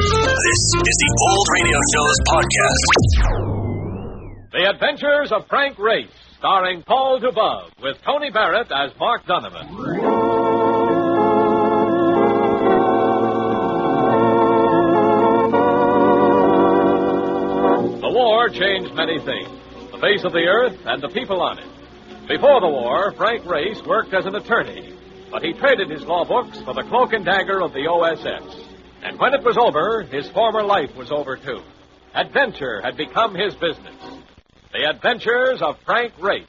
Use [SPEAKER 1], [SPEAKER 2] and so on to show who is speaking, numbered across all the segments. [SPEAKER 1] This is the Old Radio Show's podcast.
[SPEAKER 2] The Adventures of Frank Race, starring Paul Dubov, with Tony Barrett as Mark Donovan. The war changed many things the face of the earth and the people on it. Before the war, Frank Race worked as an attorney, but he traded his law books for the cloak and dagger of the OSS. And when it was over, his former life was over too. Adventure had become his business. The Adventures of Frank Race.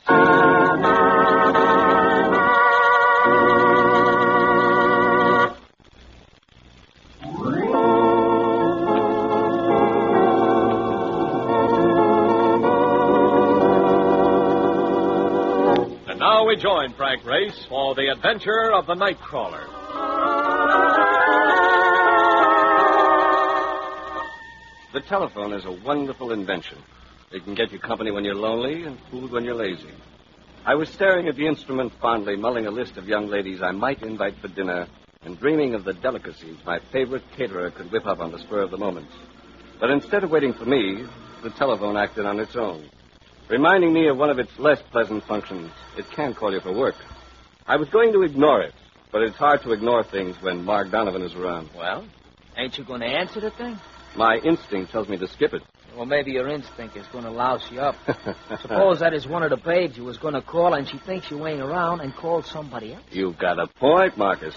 [SPEAKER 2] And now we join Frank Race for the adventure of the Nightcrawler.
[SPEAKER 3] The telephone is a wonderful invention. It can get you company when you're lonely and fooled when you're lazy. I was staring at the instrument fondly, mulling a list of young ladies I might invite for dinner, and dreaming of the delicacies my favorite caterer could whip up on the spur of the moment. But instead of waiting for me, the telephone acted on its own, reminding me of one of its less pleasant functions. It can call you for work. I was going to ignore it, but it's hard to ignore things when Mark Donovan is around.
[SPEAKER 4] Well, ain't you going to answer the thing?
[SPEAKER 3] My instinct tells me to skip it.
[SPEAKER 4] Well, maybe your instinct is going to louse you up. Suppose that is one of the babes who was going to call, and she thinks you ain't around and calls somebody else.
[SPEAKER 3] You've got a point, Marcus.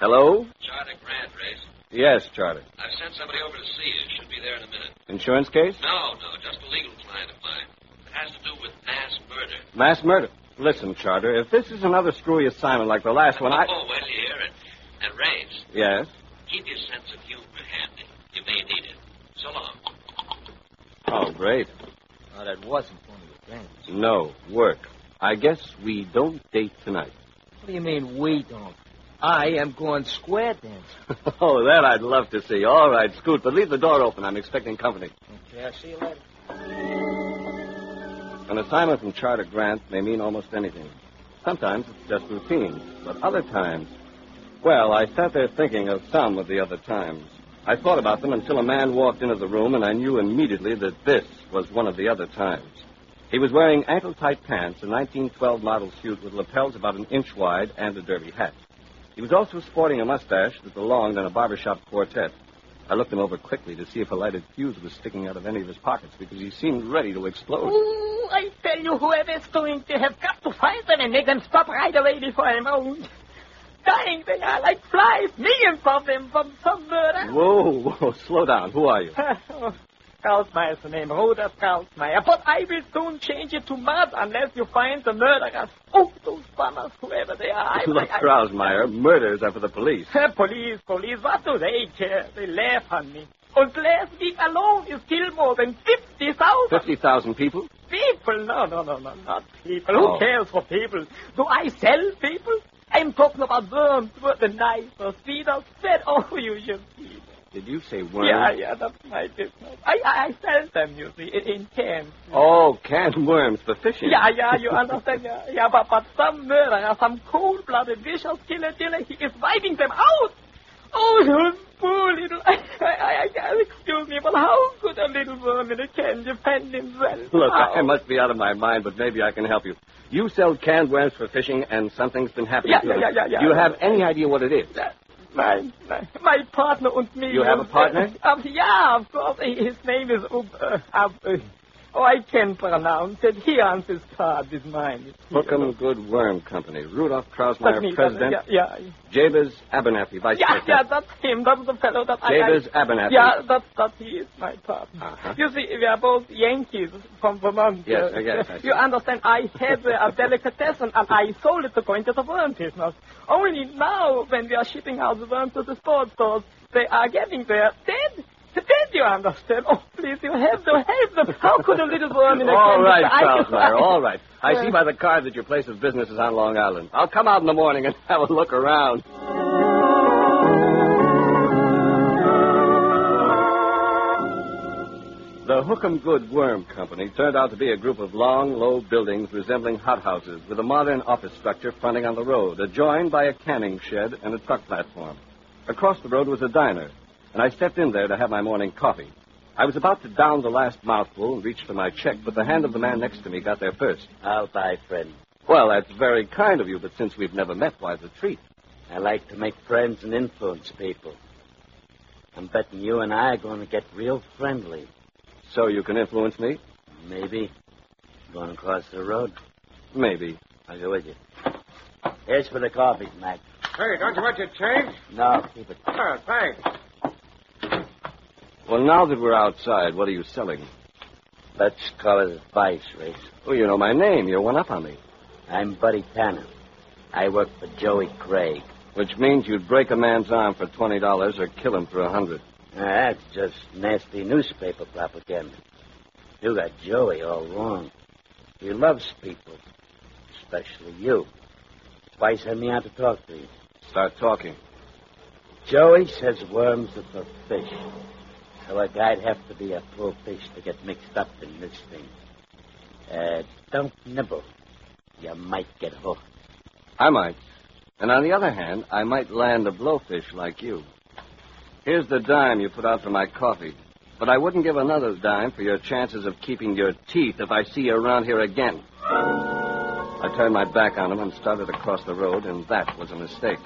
[SPEAKER 3] Hello?
[SPEAKER 5] Charter Grant, Race.
[SPEAKER 3] Yes, Charter.
[SPEAKER 5] I've sent somebody over to see you. Should be there in a minute.
[SPEAKER 3] Insurance case?
[SPEAKER 5] No, no, just a legal client of mine. It has to do with mass murder.
[SPEAKER 3] Mass murder. Listen, Charter, if this is another screwy assignment like the last one, I.
[SPEAKER 5] Oh, well, you hear it. And Race,
[SPEAKER 3] Yes?
[SPEAKER 5] keep your sense of humor handy. You may need it. So long.
[SPEAKER 3] Oh, great.
[SPEAKER 4] Well, that wasn't one of the things.
[SPEAKER 3] No, work. I guess we don't date tonight.
[SPEAKER 4] What do you mean we don't? I am going square dancing.
[SPEAKER 3] oh, that I'd love to see. All right, Scoot, but leave the door open. I'm expecting company.
[SPEAKER 4] Okay, I'll see you later.
[SPEAKER 3] An assignment from Charter Grant may mean almost anything. Sometimes it's just routine, but other times. Well, I sat there thinking of some of the other times. I thought about them until a man walked into the room, and I knew immediately that this was one of the other times. He was wearing ankle tight pants, a 1912 model suit with lapels about an inch wide, and a derby hat. He was also sporting a mustache that belonged in a barbershop quartet. I looked him over quickly to see if a lighted fuse was sticking out of any of his pockets because he seemed ready to explode.
[SPEAKER 6] Ooh, I tell you, whoever's doing to have got to find them and make them stop right away before I'm owned. Oh, Dying they are like flies, millions of them from some murder.
[SPEAKER 3] Whoa, whoa, slow down. Who are you?
[SPEAKER 6] oh, Krausmeyer's the name, Rhoda Krausmeyer. But I will soon change it to mud unless you find the murderers. Oh, those bummers, whoever they are. I,
[SPEAKER 3] Look,
[SPEAKER 6] I, I-
[SPEAKER 3] Krausmeyer, murders are for the police.
[SPEAKER 6] police, police, what do they care? They laugh on me. And last week alone is killed more than 50,000.
[SPEAKER 3] 50,000 people?
[SPEAKER 6] People? No, no, no, no, not people.
[SPEAKER 3] Oh.
[SPEAKER 6] Who cares for people? Do I sell people? I'm talking about worms, with the knife, or cedars, that oh, you should see. them.
[SPEAKER 3] Did you say worm?
[SPEAKER 6] Yeah, yeah, that's my business. I, I, I sell them, you see, in, in cans.
[SPEAKER 3] Oh, canned worms for fishing.
[SPEAKER 6] Yeah, yeah, you understand, yeah, yeah, but, but some murderer, some cold-blooded, vicious killer, killer, he is wiping them out. Oh, those poor little, I, I, I, excuse me, but how could a little worm in a can defend himself?
[SPEAKER 3] Look,
[SPEAKER 6] How?
[SPEAKER 3] I must be out of my mind, but maybe I can help you. You sell canned worms for fishing, and something's been happening
[SPEAKER 6] Yeah,
[SPEAKER 3] to
[SPEAKER 6] yeah,
[SPEAKER 3] them.
[SPEAKER 6] yeah, yeah, yeah.
[SPEAKER 3] Do you have any idea what it is?
[SPEAKER 6] Uh, My, my, my partner and me.
[SPEAKER 3] You have a partner?
[SPEAKER 6] Uh, um, yeah, of course. Uh, His name is Ub. Uh, Ab, uh, oh, I can't pronounce it. He owns his card, is mine.
[SPEAKER 3] Hookham Good Worm Company. Rudolph
[SPEAKER 6] But
[SPEAKER 3] Krausmeyer,
[SPEAKER 6] me,
[SPEAKER 3] president.
[SPEAKER 6] that- Yeah, yeah,
[SPEAKER 3] Jabez Abernathy, vice
[SPEAKER 6] yeah, yeah,
[SPEAKER 3] president.
[SPEAKER 6] that's him. That's the fellow that I.
[SPEAKER 3] Jabez
[SPEAKER 6] I,
[SPEAKER 3] Abernathy.
[SPEAKER 6] Yeah, that, that he is my partner.
[SPEAKER 3] Uh-huh.
[SPEAKER 6] You see, we are both Yankees from Vermont.
[SPEAKER 3] Yes,
[SPEAKER 6] uh,
[SPEAKER 3] I guess, I see.
[SPEAKER 6] you understand, I had uh, a delicatessen and I sold it to go into the worm business. Only now, when we are shipping out the worms to the sports stores, they are getting there dead. Dead, you understand? Oh, please, you have to help them. How could a little worm in a
[SPEAKER 3] All
[SPEAKER 6] candy-
[SPEAKER 3] right,
[SPEAKER 6] I-
[SPEAKER 3] Krausmeyer, all right. I
[SPEAKER 6] Uh,
[SPEAKER 3] see by the card that your place of business is on Long Island. I'll come out in the morning and have a look around. The Hookham Good Worm Company turned out to be a group of long, low buildings resembling hothouses with a modern office structure fronting on the road, adjoined by a canning shed and a truck platform. Across the road was a diner. and I stepped in there to have my morning coffee. I was about to down the last mouthful and reach for my check, but the hand of the man next to me got there first.
[SPEAKER 7] I'll buy, Freddy.
[SPEAKER 3] Well, that's very kind of you, but since we've never met, why the treat?
[SPEAKER 7] I like to make friends and influence people. I'm betting you and I are going to get real friendly.
[SPEAKER 3] So you can influence me?
[SPEAKER 7] Maybe. Going across the road.
[SPEAKER 3] Maybe.
[SPEAKER 7] I'll go with you. Here's for the coffee, Mac.
[SPEAKER 8] Hey, don't you want your change?
[SPEAKER 7] No, keep it.
[SPEAKER 8] Oh, thanks.
[SPEAKER 3] Well, now that we're outside, what are you selling?
[SPEAKER 7] Let's call it advice, Race.
[SPEAKER 3] Oh, you know my name. You're one up on me.
[SPEAKER 7] I'm Buddy Tanner. I work for Joey Craig.
[SPEAKER 3] Which means you'd break a man's arm for $20 or kill him for a 100
[SPEAKER 7] Now, that's just nasty newspaper propaganda. You got Joey all wrong. He loves people, especially you. That's why he sent me out to talk to you.
[SPEAKER 3] Start talking.
[SPEAKER 7] Joey says worms are for fish. So a guy'd have to be a poor fish to get mixed up in this thing. Uh, don't nibble. You might get hooked.
[SPEAKER 3] I might. And on the other hand, I might land a blowfish like you. Here's the dime you put out for my coffee. But I wouldn't give another dime for your chances of keeping your teeth if I see you around here again. I turned my back on him and started across the road, and that was a mistake.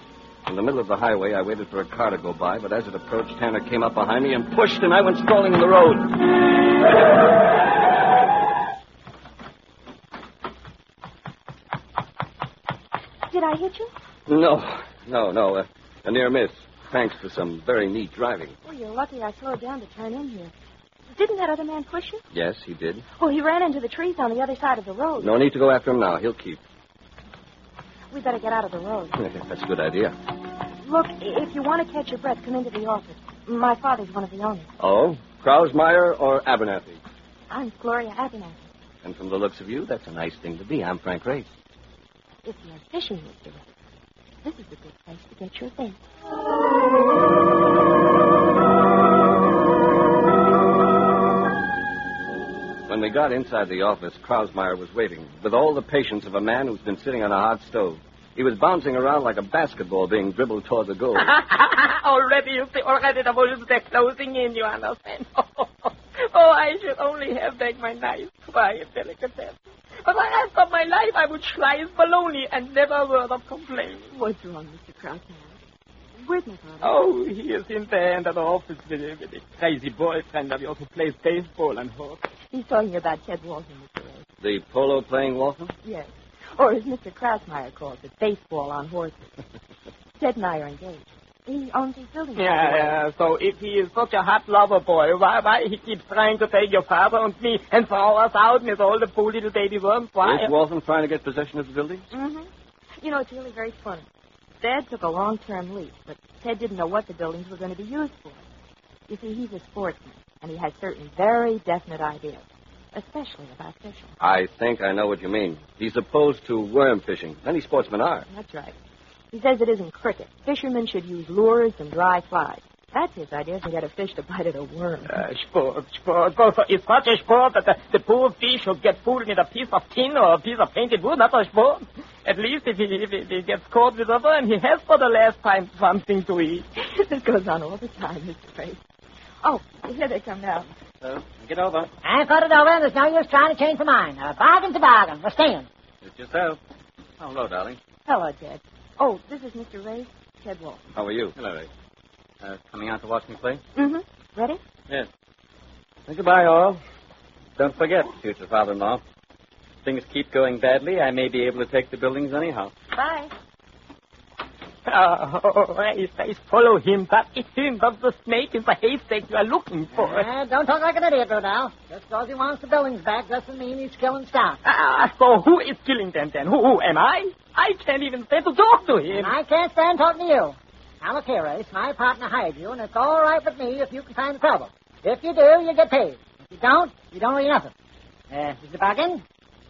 [SPEAKER 3] In the middle of the highway, I waited for a car to go by, but as it approached, Tanner came up behind me and pushed, and I went sprawling in the road.
[SPEAKER 9] Did I hit you?
[SPEAKER 3] No, no, no. A, a near miss, thanks to some very neat driving.
[SPEAKER 9] Oh, you're lucky I slowed down to turn in here. Didn't that other man push you?
[SPEAKER 3] Yes, he did.
[SPEAKER 9] Oh, he ran into the trees on the other side of the road.
[SPEAKER 3] No need to go after him now. He'll keep.
[SPEAKER 9] We better get out of the road.
[SPEAKER 3] That's a good idea.
[SPEAKER 9] Look, i- if you want to catch your breath, come into the office. My father's one of the owners.
[SPEAKER 3] Oh, Krausmeyer or Abernathy?
[SPEAKER 9] I'm Gloria Abernathy.
[SPEAKER 3] And from the looks of you, that's a nice thing to be. I'm Frank Race.
[SPEAKER 9] If you're fishing, Mr. Race, this is a good place to get your bait.
[SPEAKER 3] When we got inside the office, Krausmeyer was waiting with all the patience of a man who's been sitting on a hot stove. He was bouncing around like a basketball being dribbled toward the goal.
[SPEAKER 6] already, you see, already the wolves, they're closing in, you understand? oh, I should only have back my knife, quiet delicatessen. But I asked of my life, I would slice bologna and never a word of complaint.
[SPEAKER 9] What's wrong, Mr. Krausmeyer? Where's my father?
[SPEAKER 6] Oh, he is in there and at the office with a, with a crazy boyfriend of yours who plays baseball and horse.
[SPEAKER 9] He's talking about Ted Walton, Mr. Race.
[SPEAKER 3] the polo playing Walton?
[SPEAKER 9] Yes. Or as Mr. Krausmeyer calls it, baseball on horses. Ted and I are engaged. He owns these buildings.
[SPEAKER 6] Yeah, yeah, so if he is such a hot lover boy, why why he keeps trying to take your father and me and throw us out with all the poor little baby worms? Why?
[SPEAKER 3] Is Walton trying to get possession of the building?
[SPEAKER 9] Mm-hmm. You know, it's really very funny. Dad took a long-term lease, but Ted didn't know what the buildings were going to be used for. You see, he's a sportsman, and he has certain very definite ideas, especially about fishing.
[SPEAKER 3] I think I know what you mean. He's opposed to worm fishing. Many sportsmen are.
[SPEAKER 9] That's right. He says it isn't cricket. Fishermen should use lures and dry flies. That's his idea to get a fish to bite at a worm.
[SPEAKER 6] Uh, sport, sport. So, so it's such a sport that the, the poor fish should get fooled with a piece of tin or a piece of painted wood, not a sport. At least if he, if he, if he gets caught with a worm, he has for the last time something to eat.
[SPEAKER 9] this goes on all the time, Mr. Trace. Oh, here they come now.
[SPEAKER 3] Get over.
[SPEAKER 10] I put it over, and there's no use trying to change my mind. A bargain's a bargain. We're staying.
[SPEAKER 3] It's yourself. Oh, hello, darling.
[SPEAKER 9] Hello, Ted. Oh, this is Mr. Ray, Ted Walton.
[SPEAKER 3] How are you? Hello, Ray. Uh, coming out to watch me play?
[SPEAKER 9] Mm-hmm. Ready?
[SPEAKER 3] Goodbye, all. Don't forget, future father-in-law. Things keep going badly. I may be able to take the buildings anyhow.
[SPEAKER 9] Bye.
[SPEAKER 6] Oh, oh, Race, Race, follow him. That is him. That's the snake in the haystack you are looking for.
[SPEAKER 10] Uh, don't talk like an idiot, Rudolph. Just because he wants the buildings back doesn't mean he's killing stock.
[SPEAKER 6] Ah, so who is killing them then? Who, who am I? I can't even stand to talk to him.
[SPEAKER 10] And I can't stand talking to you. Now, look here, Race. My partner hired you, and it's all right with me if you can find the trouble. If you do, you get paid. If you don't, you don't owe nothing. Uh, is it a bargain?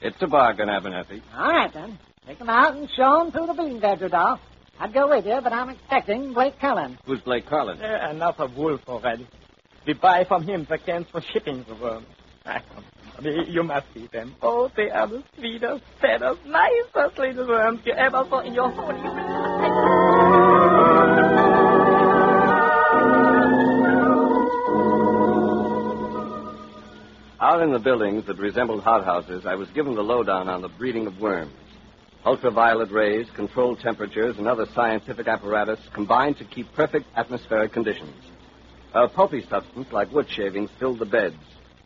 [SPEAKER 3] It's a bargain, Abernathy.
[SPEAKER 10] All right, then. Take him out and show him through the beans there, Rudolph. I'd go with you, but I'm expecting Blake Cullen.
[SPEAKER 3] Who's Blake Carlin?
[SPEAKER 6] Uh, another wolf already. We buy from him the cans for shipping the worms. Ah, come on. You- You must see them. Oh, they are the sweetest, fattest, nicest little worms you ever saw in your whole life.
[SPEAKER 3] Out in the buildings that resembled hothouses, I was given the lowdown on the breeding of worms. Ultraviolet rays, controlled temperatures, and other scientific apparatus combined to keep perfect atmospheric conditions. A pulpy substance like wood shavings filled the beds,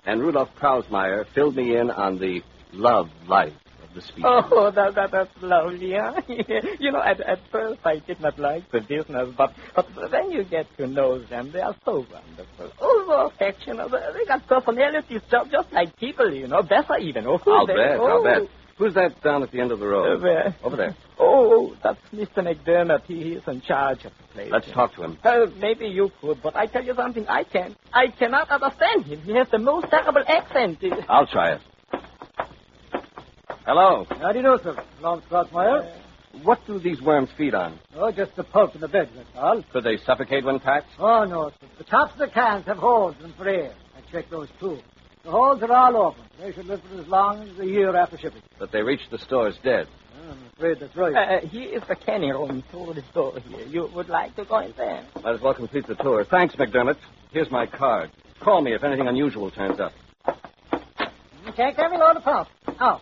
[SPEAKER 3] and Rudolf Krausmeyer filled me in on the love life of the species.
[SPEAKER 6] Oh, that, that, that's lovely, huh? you know, at, at first I did not like the business, but, but when you get to know them, they are so wonderful. Oh, so affectionate. They got personalities just, just like people, you know, better even. Oh,
[SPEAKER 3] I'll
[SPEAKER 6] they-
[SPEAKER 3] bet,
[SPEAKER 6] oh.
[SPEAKER 3] I'll bet. Who's that down at the end of the road?
[SPEAKER 6] Uh, where?
[SPEAKER 3] Over there.
[SPEAKER 6] Oh, that's Mr. McDermott. He he is in charge of the place.
[SPEAKER 3] Let's talk to him.
[SPEAKER 6] Well, maybe you could, but I tell you something, I can't. I cannot understand him. He has the most terrible accent.
[SPEAKER 3] I'll try it. Hello.
[SPEAKER 11] How do you know, sir? Long Crossmire?
[SPEAKER 3] What do these worms feed on?
[SPEAKER 11] oh, just the pulp in the bed, that's all.
[SPEAKER 3] Could they suffocate when packed?
[SPEAKER 11] Oh, no, sir. The tops of the cans have holes and for air. I checked those, too. The holes are all open. They should live for as long as a year after shipping.
[SPEAKER 3] But they reach the stores dead.
[SPEAKER 11] I'm afraid that's right.
[SPEAKER 6] Uh, here is the canning room through the door here. You would like to go in there?
[SPEAKER 3] Might as well complete the tour. Thanks, McDermott. Here's my card. Call me if anything unusual turns up.
[SPEAKER 10] You checked Uh, every load of pulp. Oh.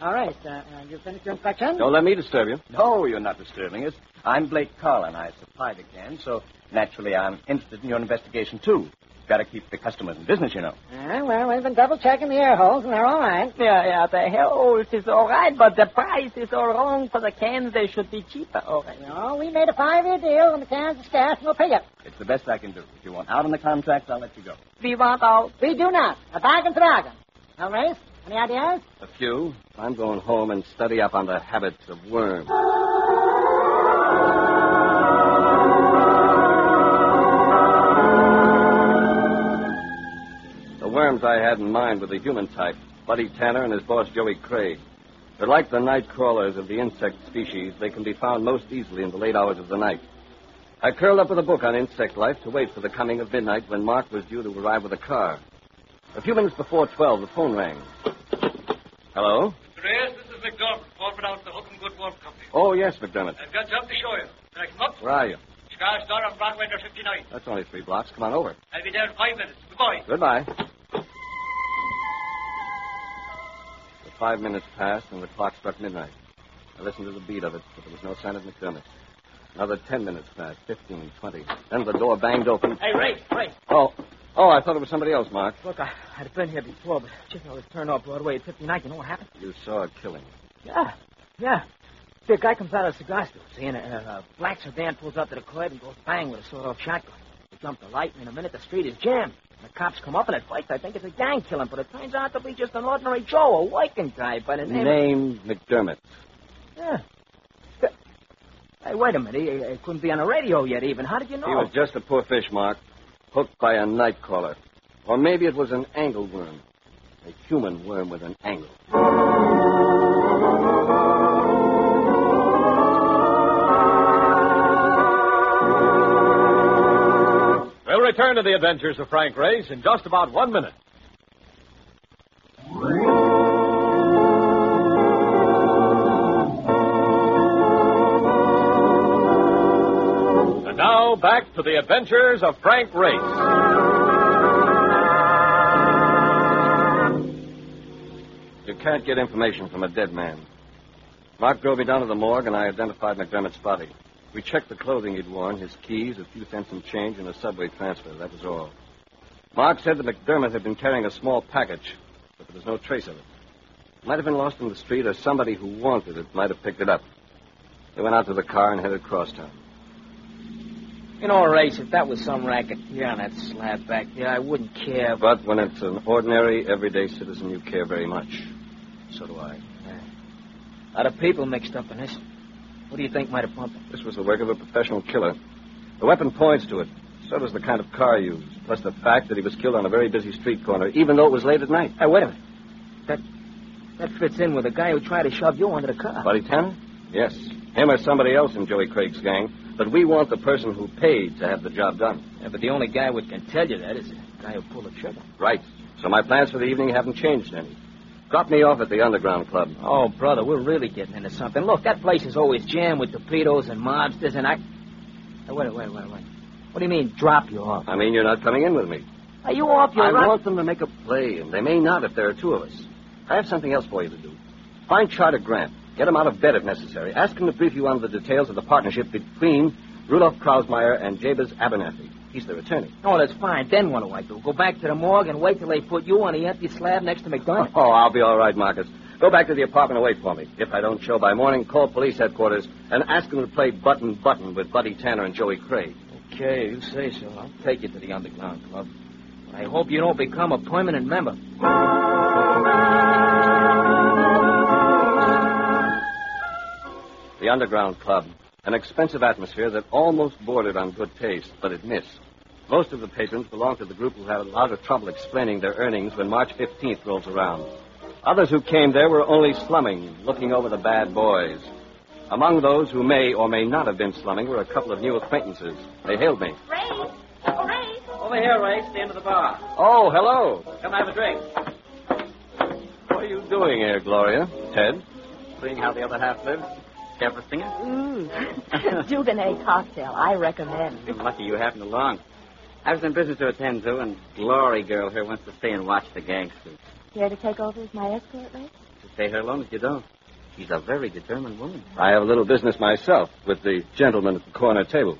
[SPEAKER 10] All right. Uh, uh, you finished your inspection?
[SPEAKER 3] Don't let me disturb you.
[SPEAKER 12] No, you're not disturbing us. I'm Blake Carlin. I supply the cans, so naturally I'm interested in your investigation, too. Got to keep the customers in business, you know.
[SPEAKER 10] Ah, well, we've been double checking the air holes, and they're all right.
[SPEAKER 6] Yeah, yeah, the holes is all right, but the price is all wrong for the cans. They should be cheaper,
[SPEAKER 4] Oh,
[SPEAKER 6] all right.
[SPEAKER 10] No, we made a five-year deal, and the cans are scarce, and we'll pay you.
[SPEAKER 12] It's the best I can do. If you want out on the contract, I'll let you go.
[SPEAKER 6] We want
[SPEAKER 9] Oh,
[SPEAKER 6] out.
[SPEAKER 10] We do not. A bargain's a bargain. Now, Race, any ideas?
[SPEAKER 3] A few. I'm going home and study up on the habits of worms. The worms I had in mind were the human type, Buddy Tanner and his boss Joey Craig. But like the night crawlers of the insect species, they can be found most easily in the late hours of the night. I curled up with a book on insect life to wait for the coming of midnight when Mark was due to arrive with a car. A few minutes before 12, the phone rang. Hello?
[SPEAKER 5] Reyes, this is McDermott, corporate out of the Hookham Good Worm Company.
[SPEAKER 3] Oh, yes, McDermott.
[SPEAKER 5] I've got something to show you. Can I come up?
[SPEAKER 3] Where are you?
[SPEAKER 5] Scar Star on Broadway under 59.
[SPEAKER 3] That's only three blocks. Come on over.
[SPEAKER 5] I'll be there in five minutes. Goodbye.
[SPEAKER 3] Goodbye. The five minutes passed, and the clock struck midnight. I listened to the beat of it, but there was no sign of McDermott. Another ten minutes passed, fifteen, twenty. Then the door banged open.
[SPEAKER 4] Hey, Ray, Ray.
[SPEAKER 3] Oh, oh, I thought it was somebody else, Mark.
[SPEAKER 4] Look, I, I'd been here before, but just I was turned off Broadway at 59. You know what happened?
[SPEAKER 3] You saw a killing.
[SPEAKER 4] Yeah, yeah. See, a guy comes out of a cigar store, see, and a, and a black sedan pulls up to the curb and goes bang with a sawed-off shotgun. They jump the light, and in a minute the street is jammed. And the cops come up and at first I think it's a gang killing, but it turns out to be just an ordinary Joe, a working guy by the name. of-
[SPEAKER 3] Named McDermott.
[SPEAKER 4] Yeah. Hey, wait a minute. He, he couldn't be on the radio yet, even. How did you know?
[SPEAKER 3] He was just a poor fish, Mark, hooked by a night crawler. Or maybe it was an angle worm. A human worm with an angle.
[SPEAKER 2] We'll return to the adventures of Frank Race in just about one minute. And now back to the adventures of Frank Race.
[SPEAKER 3] You can't get information from a dead man. Mark drove me down to the morgue, and I identified McDermott's body. We checked the clothing he'd worn, his keys, a few cents in change, and a subway transfer. That was all. Mark said that McDermott had been carrying a small package, but there was no trace of it. It might have been lost in the street, or somebody who wanted it might have picked it up. They went out to the car and headed crosstown.
[SPEAKER 4] You know, Race, if that was some racketeer on that slab back there, I wouldn't care. But
[SPEAKER 3] But when it's an ordinary, everyday citizen, you care very much. So do I.
[SPEAKER 4] a lot of people mixed up in this. What do you think might have bumped it?
[SPEAKER 3] This was the work of a professional killer. The weapon points to it. So does the kind of car used, plus the fact that he was killed on a very busy street corner, even though it was late at night.
[SPEAKER 4] Hey, wait a minute. That fits in with the guy who tried to shove you under the car.
[SPEAKER 3] Buddy Tanner? Yes. Him or somebody else in Joey Craig's gang. But we want the person who paid to have the job done.
[SPEAKER 4] Yeah, but the only guy who can tell you that is the guy who pulled the trigger.
[SPEAKER 3] Right. So my plans for the evening haven't changed any. Drop me off at the Underground Club.
[SPEAKER 4] Oh, brother, we're really getting into something. Look, that place is always jammed with torpedoes and mobsters and I. Hey, wait, wait, wait, wait. What do you mean, drop you off?
[SPEAKER 3] I mean, you're not coming in with me.
[SPEAKER 6] Are you off your
[SPEAKER 3] I
[SPEAKER 6] rock?
[SPEAKER 3] want them to make a play, and they may not if there are two of us. I have something else for you to do. Find Charter Grant. Get him out of bed if necessary. Ask him to brief you on the details of the partnership between Rudolph Krausmeyer and Jabez Abernathy. He's their attorney.
[SPEAKER 4] Oh, that's fine. Then what do I do? Go back to the morgue and wait till they put you on the empty slab next to McDonald?
[SPEAKER 3] Oh, I'll be all right, Marcus. Go back to the apartment and wait for me. If I don't show by morning, call police headquarters and ask them to play button button with Buddy Tanner and Joey Craig.
[SPEAKER 4] Okay, you say so. I'll take you to the underground club. I hope you don't become a permanent member.
[SPEAKER 3] The underground club, an expensive atmosphere that almost bordered on good taste, but it missed. Most of the patrons belonged to the group who had a lot of trouble explaining their earnings when March 15th rolls around. Others who came there were only slumming, looking over the bad boys. Among those who may or may not have been slumming were a couple of new acquaintances. They hailed me.
[SPEAKER 13] Ray! Oh, Ray!
[SPEAKER 14] Over here, Ray. Stand to the bar.
[SPEAKER 3] Oh, hello.
[SPEAKER 14] Come have a drink.
[SPEAKER 3] What are you doing here, Gloria? Ted?
[SPEAKER 12] Seeing how the other half lives. Care for a singer?
[SPEAKER 9] Ooh. Dubonnet Mm. cocktail. I recommend.
[SPEAKER 14] You're lucky you happened along. I was in business to attend to, and Glory Girl here wants to stay and watch the gangsters.
[SPEAKER 9] Care to take over as my escort, Ray?
[SPEAKER 14] To stay here alone if you don't. She's a very determined woman.
[SPEAKER 3] I have a little business myself with the gentleman at the corner table.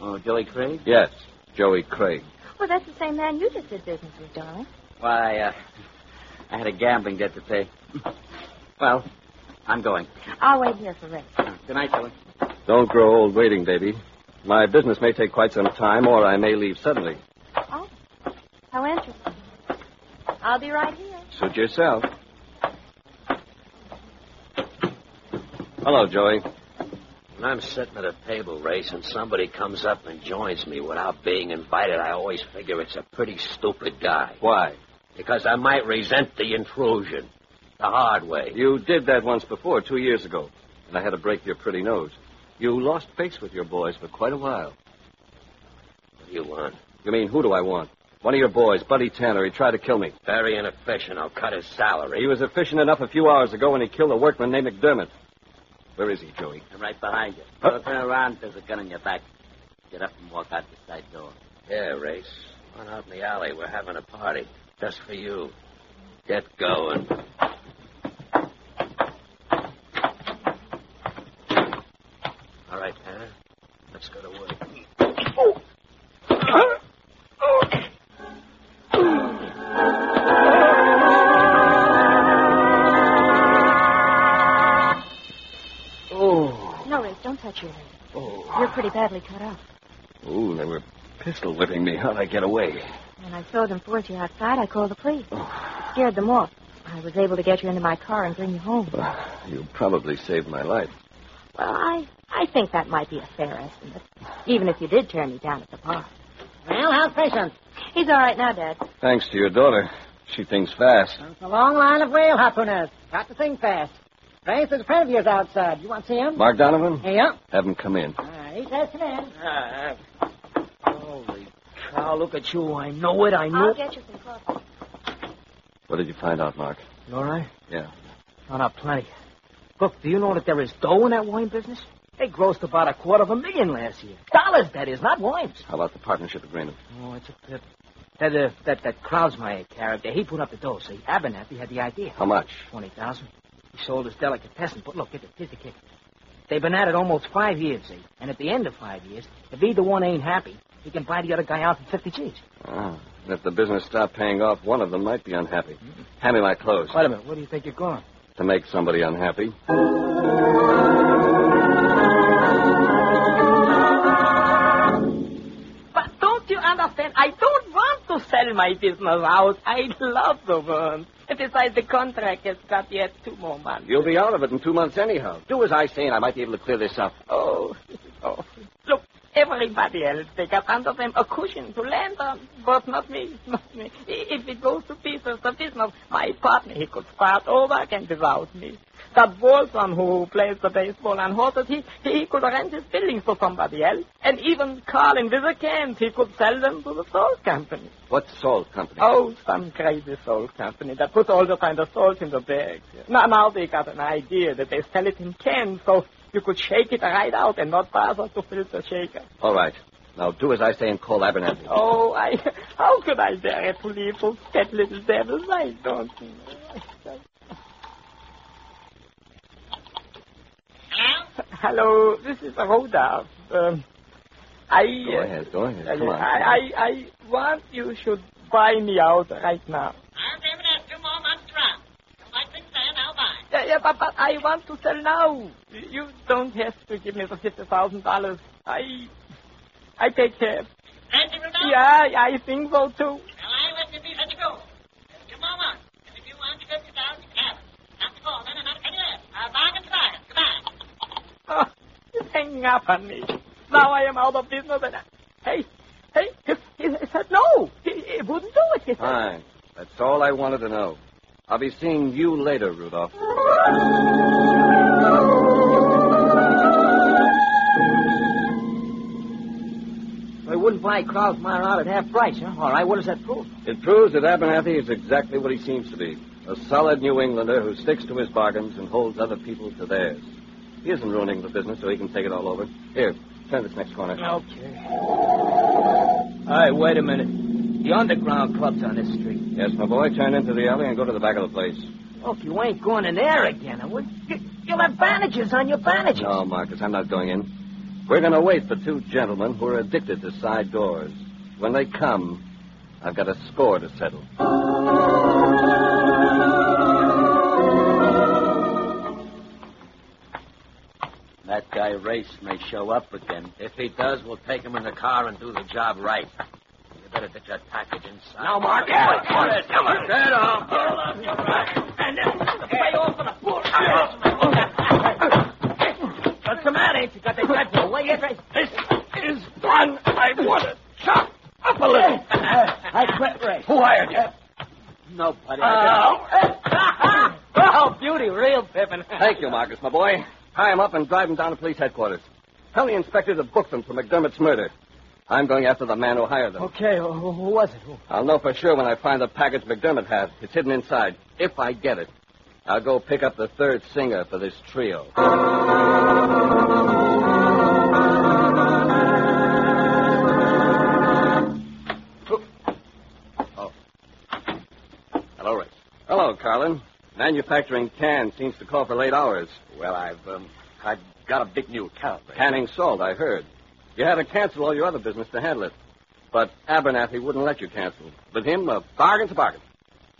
[SPEAKER 14] Oh, Joey Craig?
[SPEAKER 3] Yes, Joey Craig.
[SPEAKER 9] Well, that's the same man you just did business with, darling.
[SPEAKER 14] Why, uh, I had a gambling debt to pay. well, I'm going.
[SPEAKER 9] I'll wait here for Ray.
[SPEAKER 14] Good night, Joey.
[SPEAKER 3] Don't grow old waiting, baby. My business may take quite some time, or I may leave suddenly.
[SPEAKER 9] Oh, how interesting. I'll be right here.
[SPEAKER 3] Suit yourself. Hello, Joey.
[SPEAKER 15] When I'm sitting at a table race and somebody comes up and joins me without being invited, I always figure it's a pretty stupid guy.
[SPEAKER 3] Why?
[SPEAKER 15] Because I might resent the intrusion the hard way.
[SPEAKER 3] You did that once before, two years ago, and I had to break your pretty nose. You lost face with your boys for quite a while.
[SPEAKER 15] What do you want?
[SPEAKER 3] You mean, who do I want? One of your boys, Buddy Tanner, he tried to kill me.
[SPEAKER 15] Very inefficient. I'll cut his salary.
[SPEAKER 3] He was efficient enough a few hours ago when he killed a workman named McDermott. Where is he, Joey?
[SPEAKER 14] I'm right behind you. Don't turn around. There's a gun in your back. Get up and walk out the side door.
[SPEAKER 15] Yeah, Race. Run out in the alley. We're having a party. Just for you. Get going. All right, Tanner. Let's go to work.
[SPEAKER 3] Oh.
[SPEAKER 9] No, Ray, don't touch your leg. Oh. You're pretty badly cut up.
[SPEAKER 3] Ooh, they were pistol whipping me. How'd I get away?
[SPEAKER 9] When I saw them force you outside, I called the police.
[SPEAKER 3] Oh,
[SPEAKER 9] It scared them off. I was able to get you into my car and bring you home. Well,
[SPEAKER 3] You probably saved my life.
[SPEAKER 9] I, I think that might be a fair estimate, even if you did tear me down at the bar.
[SPEAKER 10] Well, how's patient?
[SPEAKER 9] He's all right now, Dad.
[SPEAKER 3] Thanks to your daughter. She thinks fast.
[SPEAKER 10] It's a long line of whale harpooners. Got to think fast. Grace, there's a friend of yours outside. You want to see him?
[SPEAKER 3] Mark Donovan?
[SPEAKER 10] Yeah.
[SPEAKER 3] Have him come in.
[SPEAKER 10] All right, he says come in.
[SPEAKER 4] Ah, Holy cow, look at you. I know it, I know
[SPEAKER 9] I'll
[SPEAKER 4] it.
[SPEAKER 9] get you some coffee.
[SPEAKER 3] What did you find out, Mark?
[SPEAKER 4] You all right?
[SPEAKER 3] Yeah.
[SPEAKER 4] Found out plenty. Look, do you know that there is dough in that wine business? They grossed about a quarter of a million last year. Dollars, that is, not wines.
[SPEAKER 3] How about the partnership agreement?
[SPEAKER 4] Oh, it's a pip. That, uh, that, that Krausmeyer character, he put up the dough, see? Abernathy had the idea.
[SPEAKER 3] How much?
[SPEAKER 4] 20000 He sold his delicatessen, but look, here's the kick. They've been at it almost five years, see? And at the end of five years, if either one ain't happy, he can buy the other guy out for 50 G's.
[SPEAKER 3] Ah. And if the business stopped paying off, one of them might be unhappy. Hand me my clothes.
[SPEAKER 4] Wait a minute, where do you think you're going?
[SPEAKER 3] To make somebody unhappy.
[SPEAKER 6] But don't you understand? I don't want to sell my business out. I love the worm. And besides, the contract has got yet two more months.
[SPEAKER 3] You'll be out of it in two months anyhow. Do as I say, and I might be able to clear this up.
[SPEAKER 6] Oh, oh. Look, everybody else, they got under them a cushion to land on, but not me, not me. I- If it goes to pieces, the business, my partner, he could start over again without me. That Bolson who plays the baseball on horses, he, he could rent his buildings to somebody else. And even Carlin with the cans, he could sell them to the salt company.
[SPEAKER 3] What salt company?
[SPEAKER 6] Oh, some crazy salt company that put all the kind of salt in the bags. Now, now they got an idea that they sell it in cans, so you could shake it right out and not bother to fill the shaker.
[SPEAKER 3] All right. Now do as I say and call Abernathy.
[SPEAKER 6] Oh, I. How could I dare to leave those pet little devils? I don't. know. Hello, this is Rhoda. Um, I.
[SPEAKER 3] Go ahead, go ahead. Come on.
[SPEAKER 6] I, I, I want you should buy me out right now.
[SPEAKER 13] I'll give it a few more months' run. If I think then, I'll buy.
[SPEAKER 6] Yeah, yeah, but, but I want to sell now. You don't have to give me the fifty thousand dollars. I, I take care.
[SPEAKER 13] And you know,
[SPEAKER 6] Yeah, I think so too.
[SPEAKER 13] well, I let you be such a fool. Two more months, and if you want your fifty thousand, you have it. Not the call, then, and not any less. A bargain's a bargain. Goodbye.
[SPEAKER 6] Oh, he's hanging up on me. Now I am out of business, and I, hey, hey, he, he said no. He, he wouldn't do it. He said.
[SPEAKER 3] Fine. That's all I wanted to know. I'll be seeing you later, Rudolph.
[SPEAKER 4] They wouldn't buy Krausmeyer out at half price, huh? All right, what does that prove?
[SPEAKER 3] It proves that Abernathy is exactly what he seems to be a solid New Englander who sticks to his bargains and holds other people to theirs. He isn't ruining the business so he can take it all over. Here, turn this next corner.
[SPEAKER 4] Okay. All right, wait a minute. The underground club's on this street.
[SPEAKER 3] Yes, my boy, turn into the alley and go to the back of the place.
[SPEAKER 4] Look, you ain't going in there again. and we- You, you'll have bandages on your bandages.
[SPEAKER 3] No, Marcus, I'm not going in. We're going to wait for two gentlemen who are addicted to side doors. When they come, I've got a score to settle.
[SPEAKER 7] That guy Race may show up again.
[SPEAKER 15] If he does, we'll take him in the car and do the job right. You better get your package inside.
[SPEAKER 13] No, Mark.
[SPEAKER 15] Yeah, come on, come on.
[SPEAKER 13] Get up.
[SPEAKER 4] What's the matter? Ain't you got the gun to away yet? This is
[SPEAKER 13] One, I want it. Chop up a little.
[SPEAKER 7] I quit, Ray.
[SPEAKER 13] Who hired you?
[SPEAKER 7] Nobody.
[SPEAKER 4] Oh, beauty, real pippin.
[SPEAKER 3] Thank you, Marcus, my boy. Tie him up and drive him down to police headquarters. Tell the inspector to book them for McDermott's murder. I'm going after the man who hired them.
[SPEAKER 4] Okay, who, who was it? Who?
[SPEAKER 3] I'll know for sure when I find the package McDermott had. It's hidden inside. If I get it, I'll go pick up the third singer for this trio. Oh. Oh. Hello, Rick. Hello, Carlin. Manufacturing can seems to call for late hours.
[SPEAKER 12] Well, I've um, I've got a big new account. Ray.
[SPEAKER 3] Canning salt, I heard. You had to cancel all your other business to handle it. But Abernathy wouldn't let you cancel. With him, a bargain's a bargain.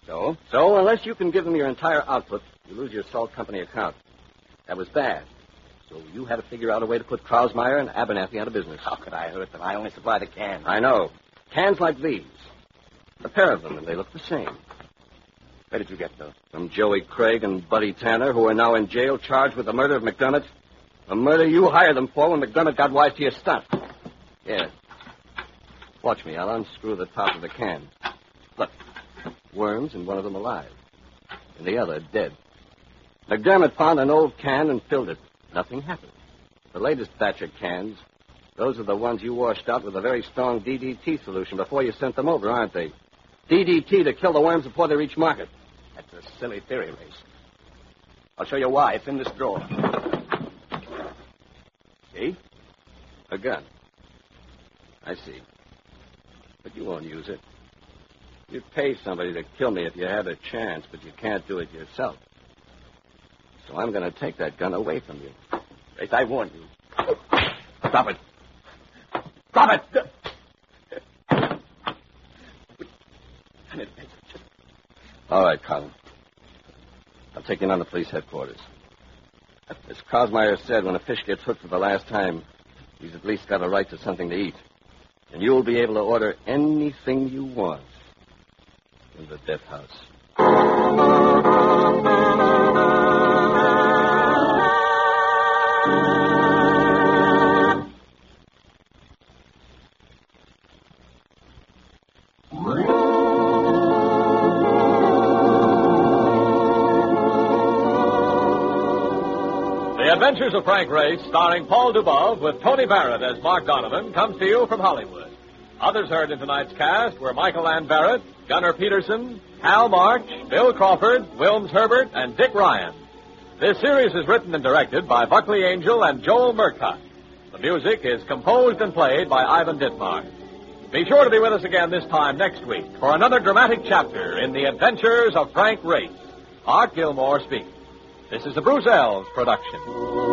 [SPEAKER 3] So? So, unless you can give him your entire output, you lose your salt company account. That was bad. So you had to figure out a way to put Krausmeyer and Abernathy out of business.
[SPEAKER 12] How could I hurt them? I only supply the can.
[SPEAKER 3] I know. Cans like these. A pair of them, and they look the same.
[SPEAKER 12] Where did you get those?
[SPEAKER 3] From Joey Craig and Buddy Tanner, who are now in jail charged with the murder of McDermott. A murder you hired them for when McDermott got wise to your stunt. Yes. Watch me. I'll unscrew the top of the can. Look. Worms in one of them alive, and the other dead. McDermott found an old can and filled it. Nothing happened. The latest batch of cans, those are the ones you washed out with a very strong DDT solution before you sent them over, aren't they? DDT to kill the worms before they reach market.
[SPEAKER 12] That's a silly theory, Race. I'll show you why. It's in this drawer.
[SPEAKER 3] See? A gun. I see. But you won't use it. You'd pay somebody to kill me if you had a chance, but you can't do it yourself. So I'm going to take that gun away from you.
[SPEAKER 12] Race, I warn you.
[SPEAKER 3] Stop it. Stop it! All right, Colin. I'll take you down to police headquarters. As Cosmeyer said, when a fish gets hooked for the last time, he's at least got a right to something to eat. And you'll be able to order anything you want in the death house.
[SPEAKER 2] The Adventures of Frank Race, starring Paul Dubov with Tony Barrett as Mark Donovan, comes to you from Hollywood. Others heard in tonight's cast were Michael Ann Barrett, Gunnar Peterson, Hal March, Bill Crawford, Wilms Herbert, and Dick Ryan. This series is written and directed by Buckley Angel and Joel Murcott. The The music is composed and played by Ivan Ditmar. Be sure to be with us again this time next week for another dramatic chapter in the adventures of Frank Race. Art Gilmore speaks. This is the Bruce Elves production.